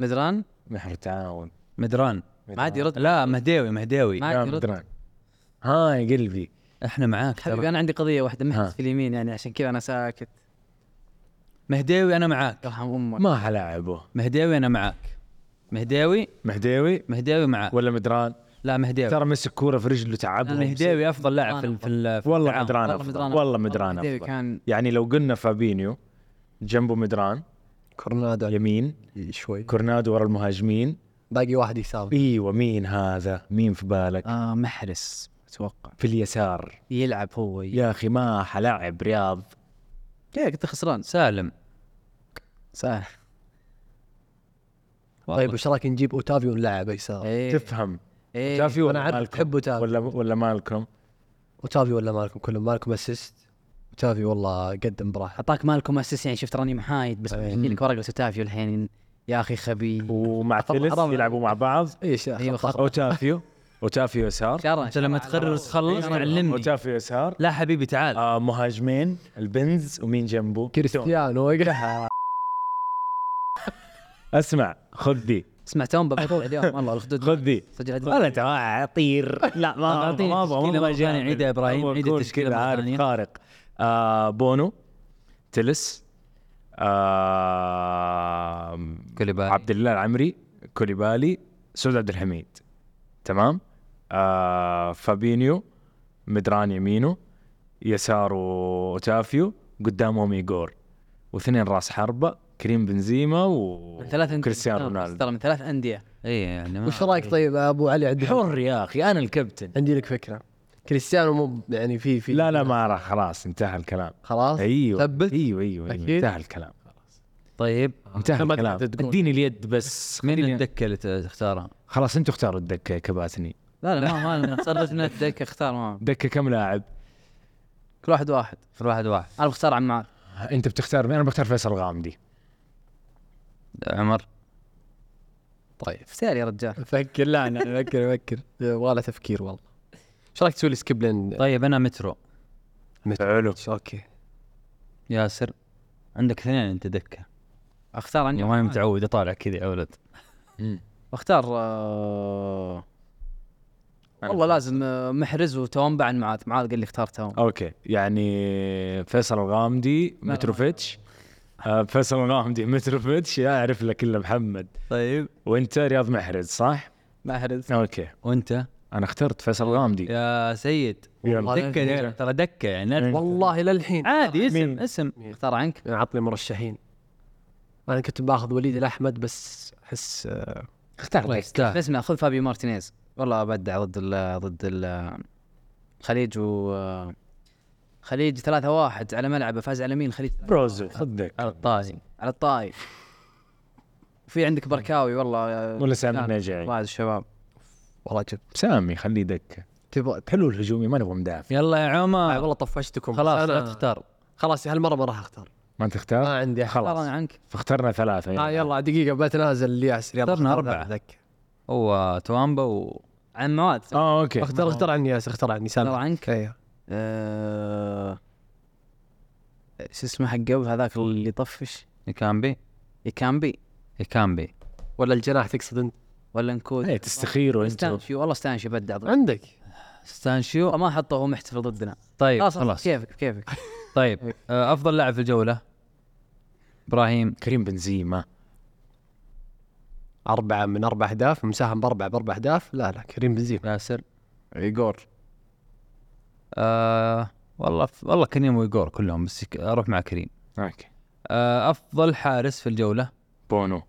[SPEAKER 5] مدران
[SPEAKER 3] محور تعاون
[SPEAKER 2] مدران
[SPEAKER 5] ما عاد يرد
[SPEAKER 2] لا مهداوي مهداوي
[SPEAKER 5] ما
[SPEAKER 3] يا
[SPEAKER 5] عاد يرد
[SPEAKER 3] مدران ها يا قلبي
[SPEAKER 2] احنا معاك
[SPEAKER 5] حبيبي
[SPEAKER 2] ترى
[SPEAKER 5] انا عندي قضيه واحده
[SPEAKER 3] ها.
[SPEAKER 5] محت في اليمين يعني عشان كذا انا ساكت
[SPEAKER 2] مهداوي انا معاك
[SPEAKER 5] يرحم امك
[SPEAKER 3] ما حلاعبه
[SPEAKER 2] مهداوي انا معاك مهداوي
[SPEAKER 3] مهديوي
[SPEAKER 2] مهداوي معاك
[SPEAKER 3] ولا مدران
[SPEAKER 2] لا مهداوي
[SPEAKER 3] ترى مسك كوره في رجله تعبه
[SPEAKER 2] انا مهداوي افضل لاعب في ال- في ال- في
[SPEAKER 3] والله
[SPEAKER 2] التعاون.
[SPEAKER 3] مدران
[SPEAKER 5] والله
[SPEAKER 3] أفضل.
[SPEAKER 5] مدران أفضل.
[SPEAKER 3] والله مدران
[SPEAKER 5] مهداوي
[SPEAKER 3] أفضل.
[SPEAKER 5] كان
[SPEAKER 3] يعني لو قلنا فابينيو جنبه مدران
[SPEAKER 7] كورنادو
[SPEAKER 3] يمين
[SPEAKER 7] شوي
[SPEAKER 3] كورنادو ورا المهاجمين
[SPEAKER 7] باقي واحد يسار
[SPEAKER 3] ايوه مين هذا مين في بالك
[SPEAKER 5] آه محرس اتوقع
[SPEAKER 3] في اليسار
[SPEAKER 5] يلعب هو يا
[SPEAKER 3] يا اخي ما حلاعب رياض
[SPEAKER 5] انت خسران
[SPEAKER 2] سالم
[SPEAKER 5] صح
[SPEAKER 7] طيب وش رايك نجيب اوتافيو ونلعبه يسار
[SPEAKER 3] إيه.
[SPEAKER 5] ايه
[SPEAKER 3] تفهم
[SPEAKER 5] ايه
[SPEAKER 3] تافيو
[SPEAKER 7] انا
[SPEAKER 3] ولا
[SPEAKER 7] عارف
[SPEAKER 3] مالكم
[SPEAKER 7] تحب اوتافيو
[SPEAKER 3] ولا ولا مالكم
[SPEAKER 7] اوتافيو ولا مالكم كلهم مالكم اسيست اوتافيو والله قدم براحته
[SPEAKER 5] اعطاك مالكم اسيس يعني شفت راني محايد بس بجي لك ورقه تافيو الحين يا اخي خبي
[SPEAKER 3] ومع تلس يلعبوا مع بعض
[SPEAKER 7] ايش
[SPEAKER 5] ايوه خلاص
[SPEAKER 3] اوتافيو اوتافيو يسار
[SPEAKER 5] شرع
[SPEAKER 2] انت لما تقرر تخلص تعلمني
[SPEAKER 3] اوتافيو يسار
[SPEAKER 2] لا حبيبي تعال
[SPEAKER 3] آه مهاجمين البنز ومين جنبه
[SPEAKER 7] كريستيانو
[SPEAKER 3] اسمع خذ دي
[SPEAKER 5] اسمع توم ببطل اليوم والله الخدود
[SPEAKER 3] خذ دي
[SPEAKER 5] سجل عدد.
[SPEAKER 3] ولا انت ما- طير لا ما
[SPEAKER 2] أعطيني تشكيلة مرة ثانية. عيد يا إبراهيم، عيد التشكيلة مرة
[SPEAKER 3] عارف
[SPEAKER 2] ثانية.
[SPEAKER 3] خارق آه بونو تلس آه
[SPEAKER 2] كوليبالي.
[SPEAKER 3] عبد الله العمري كوليبالي سعود عبد الحميد تمام آه فابينيو مدران يمينه يساره اوتافيو قدامهم ايجور واثنين راس حربه كريم بنزيما و
[SPEAKER 5] من ثلاث أندية.
[SPEAKER 3] كريستيانو
[SPEAKER 5] ترى-
[SPEAKER 3] رونالدو.
[SPEAKER 5] ترى من ثلاث انديه
[SPEAKER 2] اي يعني ما
[SPEAKER 7] وش رايك طيب ابو علي عندي
[SPEAKER 3] حر يا اخي انا الكابتن
[SPEAKER 7] عندي لك فكره كريستيانو مو يعني في في
[SPEAKER 3] لا لا ما راح خلاص انتهى الكلام
[SPEAKER 7] خلاص
[SPEAKER 3] ايوه
[SPEAKER 7] ثبت
[SPEAKER 3] ايوه ايوه, أيوة.
[SPEAKER 7] أكيد.
[SPEAKER 3] انتهى الكلام
[SPEAKER 2] طيب
[SPEAKER 3] انتهى
[SPEAKER 6] لما
[SPEAKER 3] الكلام
[SPEAKER 6] تقعد تقول.
[SPEAKER 3] *laughs* اديني اليد بس
[SPEAKER 2] مين
[SPEAKER 3] خليني-
[SPEAKER 2] الدكه اللي ت- تختارها؟
[SPEAKER 3] خلاص انتوا اختاروا الدكه يا كباتني
[SPEAKER 5] لا لا ما ما صرت من الدكه اختار ما
[SPEAKER 3] دكه كم لاعب؟
[SPEAKER 5] كل واحد واحد
[SPEAKER 2] في الواحد واحد
[SPEAKER 5] انا بختار عمار
[SPEAKER 3] انت بتختار مين؟ انا بختار فيصل غامدي
[SPEAKER 2] عمر
[SPEAKER 5] افتال طيب. يا رجال
[SPEAKER 6] فكر لا انا
[SPEAKER 7] فكر
[SPEAKER 6] *laughs*
[SPEAKER 7] فكر ولا تفكير والله
[SPEAKER 6] ايش رايك تسوي لي سكيب لين
[SPEAKER 2] طيب انا مترو
[SPEAKER 3] حلو
[SPEAKER 6] اوكي
[SPEAKER 2] ياسر عندك اثنين انت دكه
[SPEAKER 5] اختار
[SPEAKER 2] يعني
[SPEAKER 5] عني
[SPEAKER 2] ما متعود اطالع كذا يا ولد
[SPEAKER 5] اختار آه، والله لازم آه، محرز وتوم بعد معاذ معاذ قال لي اختار توم
[SPEAKER 3] اوكي يعني فيصل الغامدي متروفيتش آه، فيصل الغامدي *laughs* متروفيتش يعرف لك الا محمد
[SPEAKER 2] طيب
[SPEAKER 3] وانت رياض محرز صح؟
[SPEAKER 5] محرز
[SPEAKER 3] اوكي
[SPEAKER 2] وانت
[SPEAKER 3] انا اخترت فيصل الغامدي
[SPEAKER 2] يا سيد
[SPEAKER 3] يلا.
[SPEAKER 2] دكه ترى دكه يعني
[SPEAKER 3] إيه.
[SPEAKER 6] والله للحين
[SPEAKER 2] عادي اسم
[SPEAKER 3] مين؟
[SPEAKER 2] اسم
[SPEAKER 5] اختار عنك
[SPEAKER 6] عطني مرشحين انا كنت باخذ وليد الاحمد بس احس
[SPEAKER 3] اختار
[SPEAKER 2] الله
[SPEAKER 3] لك
[SPEAKER 2] يستاهل
[SPEAKER 5] اسمع خذ فابيو مارتينيز والله ابدع ضد ال ضد ال الخليج و خليج 3 1 على ملعبه فاز على مين خليج
[SPEAKER 3] بروزو خذ دكه
[SPEAKER 2] الطاري
[SPEAKER 5] على الطائف وفي عندك بركاوي والله آه،
[SPEAKER 3] ولا سامي
[SPEAKER 5] كان
[SPEAKER 3] النجعي
[SPEAKER 5] واحد الشباب
[SPEAKER 7] والله جد
[SPEAKER 3] سامي خليه دكه
[SPEAKER 7] تبغى
[SPEAKER 3] حلو الهجومي ما نبغى مدافع
[SPEAKER 2] يلا يا
[SPEAKER 3] آه.
[SPEAKER 2] عمر
[SPEAKER 6] آه، والله طفشتكم
[SPEAKER 2] خلاص لا
[SPEAKER 6] أنا-
[SPEAKER 2] تختار
[SPEAKER 6] خلاص هالمره ما راح اختار
[SPEAKER 3] ما تختار؟
[SPEAKER 7] ما عندي أحد.
[SPEAKER 5] اختار
[SPEAKER 3] خلاص
[SPEAKER 5] عنك
[SPEAKER 3] فاخترنا ثلاثة
[SPEAKER 6] آه
[SPEAKER 3] يعني.
[SPEAKER 6] يلا دقيقه بتنازل لياسر يلا
[SPEAKER 2] اخترنا
[SPEAKER 6] اختار
[SPEAKER 2] أربعة.
[SPEAKER 6] ذاك.
[SPEAKER 2] هو توامبا و
[SPEAKER 5] عن معاذ
[SPEAKER 3] اه اوكي
[SPEAKER 6] اختار اختار عني ياسر اختار عني
[SPEAKER 5] اختار
[SPEAKER 6] سامح
[SPEAKER 5] عنك
[SPEAKER 6] ايه
[SPEAKER 5] آه، شو اسمه حق قبل هذاك اللي طفش
[SPEAKER 2] يكامبي
[SPEAKER 5] يكامبي
[SPEAKER 2] يكامبي
[SPEAKER 6] ولا الجناح تقصد انت
[SPEAKER 5] ولا نكود
[SPEAKER 3] ايه تستخيروا انتوا
[SPEAKER 5] ستانشيو والله ستانشيو بدع ضد-
[SPEAKER 6] عندك
[SPEAKER 2] ستانشيو
[SPEAKER 5] والله ما حطه وهو محتفل ضدنا
[SPEAKER 2] طيب
[SPEAKER 5] خلاص إيه، خلاص
[SPEAKER 2] خلاص
[SPEAKER 5] كيفك كيفك
[SPEAKER 3] إيه.
[SPEAKER 2] طيب آه، افضل لاعب في الجوله ابراهيم
[SPEAKER 3] كريم بنزيما
[SPEAKER 6] اربعه من اربع اهداف مساهم باربع باربع اهداف لا لا كريم بنزيما
[SPEAKER 2] ياسر
[SPEAKER 4] ايجور
[SPEAKER 2] آه والله والله كريم ويجور كلهم بس يك- اروح مع كريم
[SPEAKER 3] اوكي
[SPEAKER 2] آه افضل حارس في الجوله
[SPEAKER 3] بونو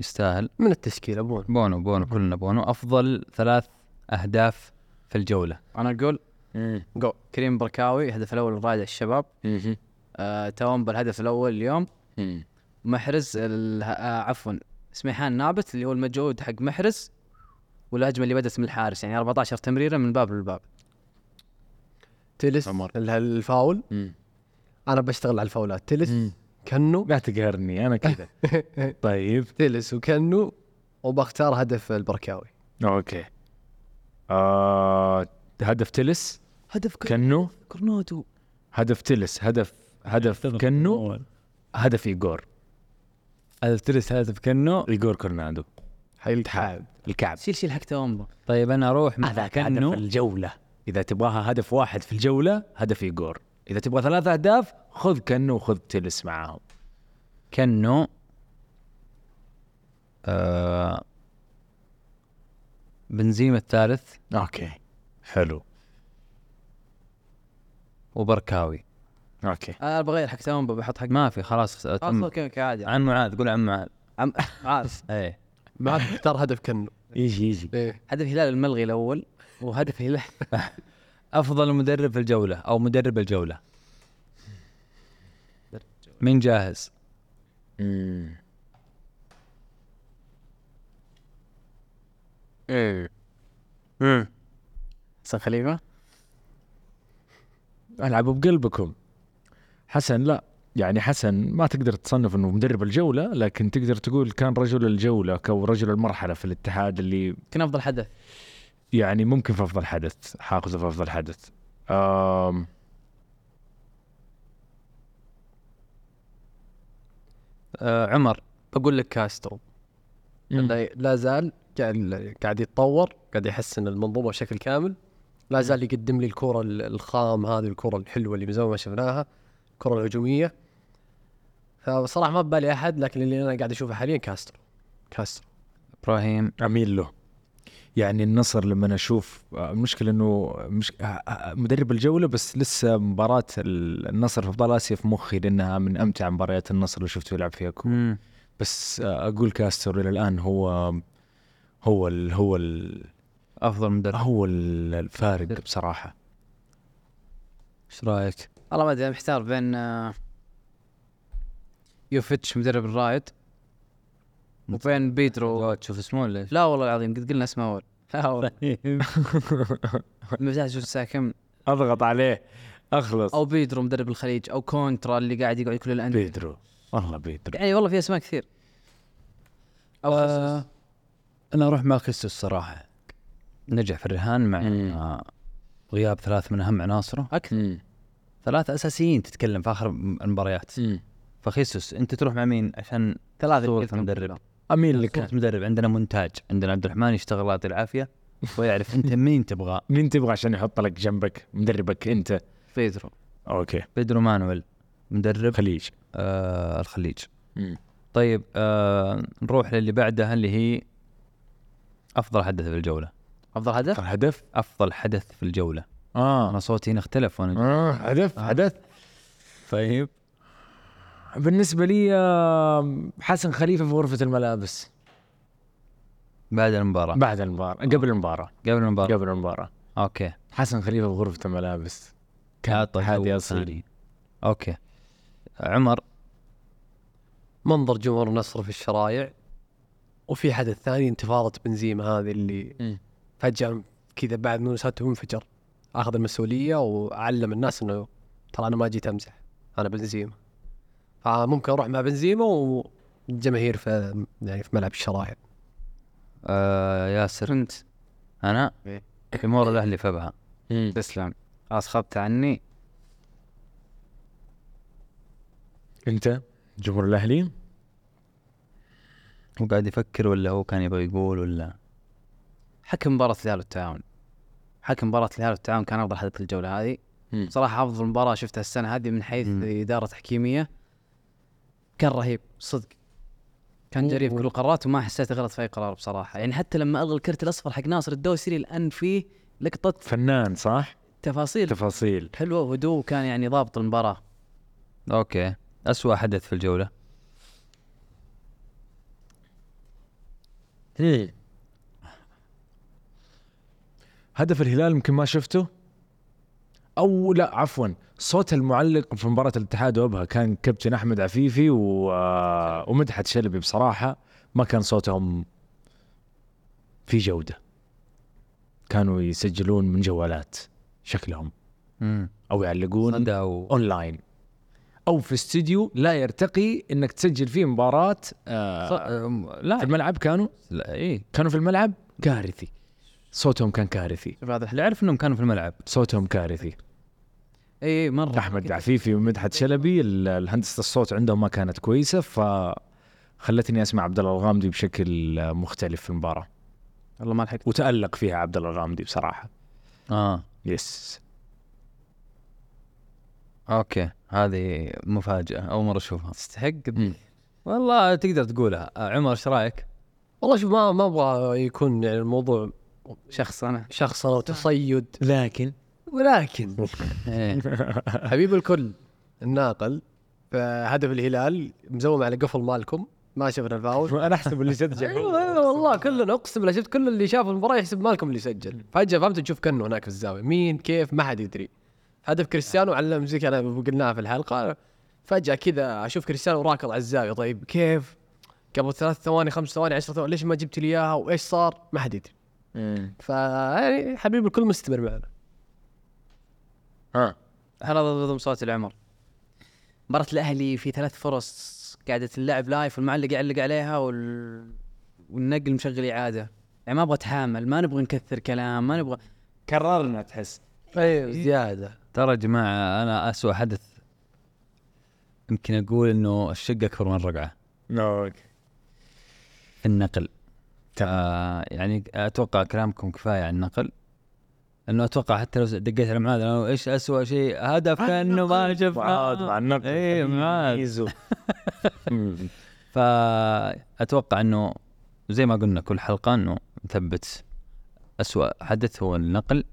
[SPEAKER 2] يستاهل
[SPEAKER 6] من التشكيله بون
[SPEAKER 2] بونو بونو كلنا بونو افضل ثلاث اهداف في الجوله
[SPEAKER 5] انا اقول
[SPEAKER 3] مم.
[SPEAKER 5] جو كريم بركاوي الهدف الاول الرائع الشباب
[SPEAKER 3] مهم.
[SPEAKER 5] آه توامبا الهدف الاول اليوم
[SPEAKER 3] مم.
[SPEAKER 5] محرز ال- آه عفوا سميحان نابت اللي هو المجهود حق محرز والهجمه اللي بدت من الحارس يعني 14 تمريره من باب للباب
[SPEAKER 6] تلس
[SPEAKER 3] عمر.
[SPEAKER 6] ال- الفاول
[SPEAKER 3] مم.
[SPEAKER 6] انا بشتغل على الفاولات تلس
[SPEAKER 3] مم.
[SPEAKER 6] كنو
[SPEAKER 3] لا تقهرني انا كذا طيب
[SPEAKER 6] تلس وكنو وبختار هدف البركاوي
[SPEAKER 3] اوكي آه هدف تلس
[SPEAKER 5] هدف
[SPEAKER 3] كنو
[SPEAKER 5] كرنوتو
[SPEAKER 3] هدف تلس هدف هدف كنو هدف ايجور
[SPEAKER 2] الترس هدف كنو
[SPEAKER 3] ايجور كورنادو
[SPEAKER 6] حي الكعب
[SPEAKER 3] الكعب
[SPEAKER 5] شيل شيل حق توامبا
[SPEAKER 2] طيب انا اروح مع
[SPEAKER 3] هذاك هدف
[SPEAKER 2] كنو
[SPEAKER 3] الجولة إذا تبغاها هدف واحد في الجولة هدف إيجور إذا تبغى ثلاث أهداف خذ كنو وخذ تلس معاهم
[SPEAKER 2] كانه آه بنزيما الثالث
[SPEAKER 3] اوكي حلو
[SPEAKER 2] وبركاوي
[SPEAKER 3] اوكي
[SPEAKER 5] انا بغير آه، حق تومبا بحط حق
[SPEAKER 2] ما في خلاص آه،
[SPEAKER 5] خلاص
[SPEAKER 2] تم
[SPEAKER 5] اوكي اوكي عادي
[SPEAKER 2] عن معاذ قول عن معاذ
[SPEAKER 5] عم... عارف
[SPEAKER 2] ايه
[SPEAKER 7] ما عاد اختار هدف كنو
[SPEAKER 3] يجي يجي
[SPEAKER 7] ايه
[SPEAKER 5] هدف هلال الملغي الاول وهدف هلال *laughs*
[SPEAKER 2] افضل مدرب في الجوله او مدرب الجوله من جاهز
[SPEAKER 3] امم ايه
[SPEAKER 5] حسن خليفه
[SPEAKER 3] العبوا بقلبكم حسن لا يعني حسن ما تقدر تصنف انه مدرب الجوله لكن تقدر تقول كان رجل الجوله او رجل المرحله في الاتحاد اللي
[SPEAKER 5] كان افضل حدث
[SPEAKER 3] يعني ممكن في افضل حدث حاقزه في افضل حدث أم
[SPEAKER 2] آه عمر
[SPEAKER 7] بقول لك كاسترو لا- لا زال قاعد قاعد يتطور قاعد يحسن المنظومه بشكل كامل لا زال يقدم لي الكره ال- الخام هذه الكره الحلوه اللي من زمان ما شفناها الكره الهجوميه فصراحه ما ببالي احد لكن اللي انا قاعد اشوفه حاليا كاسترو كاسترو
[SPEAKER 2] ابراهيم
[SPEAKER 3] اميل له يعني النصر لما اشوف آه، المشكله انه مش آه، آه، مدرب الجوله بس لسه مباراه ال- النصر في ابطال اسيا في مخي لانها من امتع مباريات النصر اللي شفته يلعب فيها كورة. بس آه، اقول كاستر الى الان هو هو ال هو ال
[SPEAKER 2] افضل مدرب
[SPEAKER 3] هو ال- الفارق بصراحه
[SPEAKER 2] ايش رايك؟
[SPEAKER 5] والله ما ادري أنا محتار بين آه، يوفيتش مدرب الرايد وبين بيدرو
[SPEAKER 2] جواد تشوف اسمه *laughs* ولا
[SPEAKER 5] لا والله العظيم قد قلنا اسمه اول لا *laughs* والله
[SPEAKER 2] إيش؟
[SPEAKER 5] مفتاح شوف ساكم
[SPEAKER 3] اضغط عليه اخلص
[SPEAKER 5] او بيدرو مدرب الخليج او كونترا اللي قاعد يقعد كل الانديه
[SPEAKER 3] بيدرو والله بيدرو
[SPEAKER 5] يعني والله في اسماء كثير او
[SPEAKER 2] آه،
[SPEAKER 5] خصوص.
[SPEAKER 2] انا اروح مع خيسوس صراحه نجح في الرهان مع
[SPEAKER 3] مم.
[SPEAKER 2] آه، غياب ثلاث من اهم عناصره
[SPEAKER 5] اكثر
[SPEAKER 3] مم.
[SPEAKER 2] ثلاث اساسيين تتكلم في اخر م- المباريات
[SPEAKER 3] مم.
[SPEAKER 2] فخيسوس انت تروح مع مين عشان
[SPEAKER 5] ثلاثه
[SPEAKER 2] صورة
[SPEAKER 5] قلتهم
[SPEAKER 2] مدرب.
[SPEAKER 5] كلهم.
[SPEAKER 3] اميل
[SPEAKER 2] صورة
[SPEAKER 3] لك
[SPEAKER 2] مدرب عندنا مونتاج عندنا عبد الرحمن يشتغل يعطي العافيه ويعرف انت مين تبغى
[SPEAKER 3] مين تبغى عشان يحط لك جنبك مدربك انت
[SPEAKER 5] بيدرو
[SPEAKER 3] اوكي
[SPEAKER 2] بيدرو مانويل مدرب
[SPEAKER 3] خليج
[SPEAKER 2] آه الخليج
[SPEAKER 3] مم.
[SPEAKER 2] طيب آه نروح للي بعدها اللي هي افضل حدث في الجوله
[SPEAKER 5] افضل هدف
[SPEAKER 3] هدف
[SPEAKER 2] افضل حدث في الجوله
[SPEAKER 3] اه
[SPEAKER 2] انا صوتي هنا اختلف وانا
[SPEAKER 3] اه هدف هدف
[SPEAKER 2] طيب
[SPEAKER 3] بالنسبه لي آه، حسن خليفه في غرفه الملابس
[SPEAKER 2] بعد المباراه
[SPEAKER 3] بعد المباراه قبل المباراه
[SPEAKER 2] قبل المباراه
[SPEAKER 3] قبل المباراه
[SPEAKER 2] اوكي
[SPEAKER 3] حسن خليفه في غرفه الملابس
[SPEAKER 2] عطى جو
[SPEAKER 3] هذه اصيل
[SPEAKER 2] ثاني. اوكي عمر
[SPEAKER 7] منظر جمهور النصر في الشرايع وفي حدث ثاني انتفاضه بنزيما هذه اللي فجاه كذا بعد نونساته انفجر اخذ المسؤوليه وعلم الناس انه ترى انا ما جيت امزح انا بنزيما فممكن اروح مع بنزيما والجماهير في يعني في ملعب الشرايع
[SPEAKER 2] آه ياسر
[SPEAKER 5] انت
[SPEAKER 2] انا
[SPEAKER 5] إيه.
[SPEAKER 2] تيمور الاهلي فبها
[SPEAKER 5] تسلم خلاص خبت عني
[SPEAKER 3] انت جمهور الاهلي
[SPEAKER 2] هو قاعد يفكر ولا هو كان يبغى يقول ولا
[SPEAKER 5] حكم مباراة الهلال والتعاون حكم مباراة الهلال والتعاون كان أفضل حدث الجولة هذه
[SPEAKER 3] مم.
[SPEAKER 5] صراحة أفضل مباراة شفتها السنة هذه من حيث
[SPEAKER 2] مم.
[SPEAKER 5] إدارة تحكيمية كان رهيب صدق كان جريء في كل القرارات وما حسيت غلط في أي قرار بصراحة يعني حتى لما ألغى الكرت الأصفر حق ناصر الدوسري الآن فيه لقطة
[SPEAKER 3] فنان صح
[SPEAKER 5] تفاصيل
[SPEAKER 3] تفاصيل
[SPEAKER 5] حلوة وهدوء وكان يعني ضابط المباراة
[SPEAKER 2] اوكي اسوء حدث في الجوله
[SPEAKER 3] هدف الهلال يمكن ما شفته او لا عفوا صوت المعلق في مباراه الاتحاد وابها كان كابتن احمد عفيفي و... آه، ومدحت شلبي بصراحه ما كان صوتهم في جوده كانوا يسجلون من جوالات شكلهم
[SPEAKER 2] امم
[SPEAKER 3] او يعلقون
[SPEAKER 2] صدى و...
[SPEAKER 3] اونلاين او في استديو لا يرتقي انك تسجل فيه مباراه آه،
[SPEAKER 2] ص... أم-
[SPEAKER 3] في
[SPEAKER 2] لا
[SPEAKER 3] الملعب كانوا
[SPEAKER 2] لا إيه. اي
[SPEAKER 3] كانوا في الملعب كارثي صوتهم كان كارثي
[SPEAKER 5] شوف هذا الحل
[SPEAKER 2] اللي اعرف انهم كانوا في الملعب
[SPEAKER 3] صوتهم كارثي
[SPEAKER 5] إي إي إيه، مرة إيه.
[SPEAKER 3] احمد عفيفي ومدحت شلبي ال- الهندسه الصوت عندهم ما كانت كويسه ف خلتني اسمع عبد الله الغامدي بشكل آه، مختلف في المباراه
[SPEAKER 5] والله ما لحقت
[SPEAKER 3] وتالق فيها عبد الله الغامدي
[SPEAKER 2] آه.
[SPEAKER 3] بصراحه
[SPEAKER 2] اه
[SPEAKER 3] يس
[SPEAKER 2] اوكي هذه مفاجاه اول مره اشوفها
[SPEAKER 5] تستحق
[SPEAKER 2] والله تقدر تقولها آه، عمر ايش رايك؟
[SPEAKER 7] والله شوف ما ما ابغى يكون يعني الموضوع
[SPEAKER 5] شخص انا
[SPEAKER 7] شخصنه وتصيد
[SPEAKER 2] لكن
[SPEAKER 7] ولكن
[SPEAKER 2] إيه.
[SPEAKER 7] حبيب الكل الناقل فهدف الهلال مزوم على قفل مالكم ما شفنا الفاول
[SPEAKER 3] انا احسب اللي سجل
[SPEAKER 7] ايوه أيوة، والله كلنا اقسم بالله شفت كل اللي شاف المباراه يحسب مالكم اللي سجل فجاه فهمت تشوف كنه هناك في الزاويه مين كيف ما حد يدري هدف كريستيانو علم زي كان قلناها في الحلقه فجاه كذا اشوف كريستيانو راكض على الزاويه طيب كيف قبل ثلاث ثواني خمس ثواني عشر ثواني ليش ما جبت لي اياها وايش صار ما حد يدري فيعني حبيب الكل مستمر معنا
[SPEAKER 3] ها
[SPEAKER 5] هلا ضم صوت العمر مباراة الاهلي في ثلاث فرص قاعدة اللعب لايف والمعلق يعلق عليها وال... والنقل مشغل اعادة يعني ما ابغى اتحامل ما نبغى نكثر كلام ما نبغى
[SPEAKER 3] كررنا تحس
[SPEAKER 7] ايوه زياده
[SPEAKER 2] ترى يا جماعه انا اسوء حدث يمكن اقول انه الشق اكبر من الرقعه
[SPEAKER 3] اوكي
[SPEAKER 2] في النقل آه يعني اتوقع كلامكم كفايه عن النقل انه اتوقع حتى لو دقيت على معاذ أنا ايش اسوء شيء هدف كانه ما شفناه
[SPEAKER 3] معاد مع النقل
[SPEAKER 2] اي معاذ
[SPEAKER 3] يزو. *laughs*
[SPEAKER 2] فاتوقع انه زي ما قلنا كل حلقه انه نثبت اسوء حدث هو النقل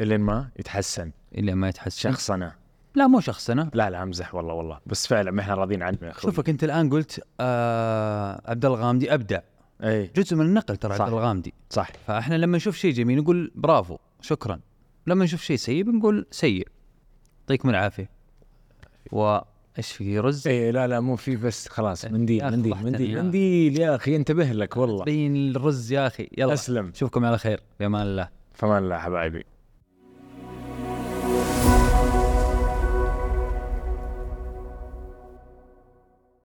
[SPEAKER 3] الين ما يتحسن
[SPEAKER 2] اللي ما يتحسن
[SPEAKER 3] شخصنا
[SPEAKER 2] لا مو شخصنا
[SPEAKER 3] لا لا امزح والله والله بس فعلا ما احنا راضيين عنه يا اخوي
[SPEAKER 2] شوفك انت الان قلت آه عبد الله غامدي ابدع
[SPEAKER 3] اي
[SPEAKER 2] جزء من النقل ترى
[SPEAKER 3] صح.
[SPEAKER 2] عبد الله غامدي
[SPEAKER 3] إيه، صح
[SPEAKER 2] فاحنا لما نشوف شيء جميل نقول برافو شكرا لما نشوف شيء سيء بنقول سيء يعطيكم العافيه وايش في يرز
[SPEAKER 3] اي إيه، لا لا مو في بس خلاص
[SPEAKER 2] يا
[SPEAKER 3] منديل
[SPEAKER 2] أخي
[SPEAKER 3] منديل
[SPEAKER 2] واحدة
[SPEAKER 3] منديل
[SPEAKER 2] يا-
[SPEAKER 3] منديل يا اخي انتبه لك والله
[SPEAKER 2] بين الرز يا اخي يلا
[SPEAKER 3] اسلم
[SPEAKER 2] اشوفكم على خير بامان الله
[SPEAKER 3] فما الله حبايبي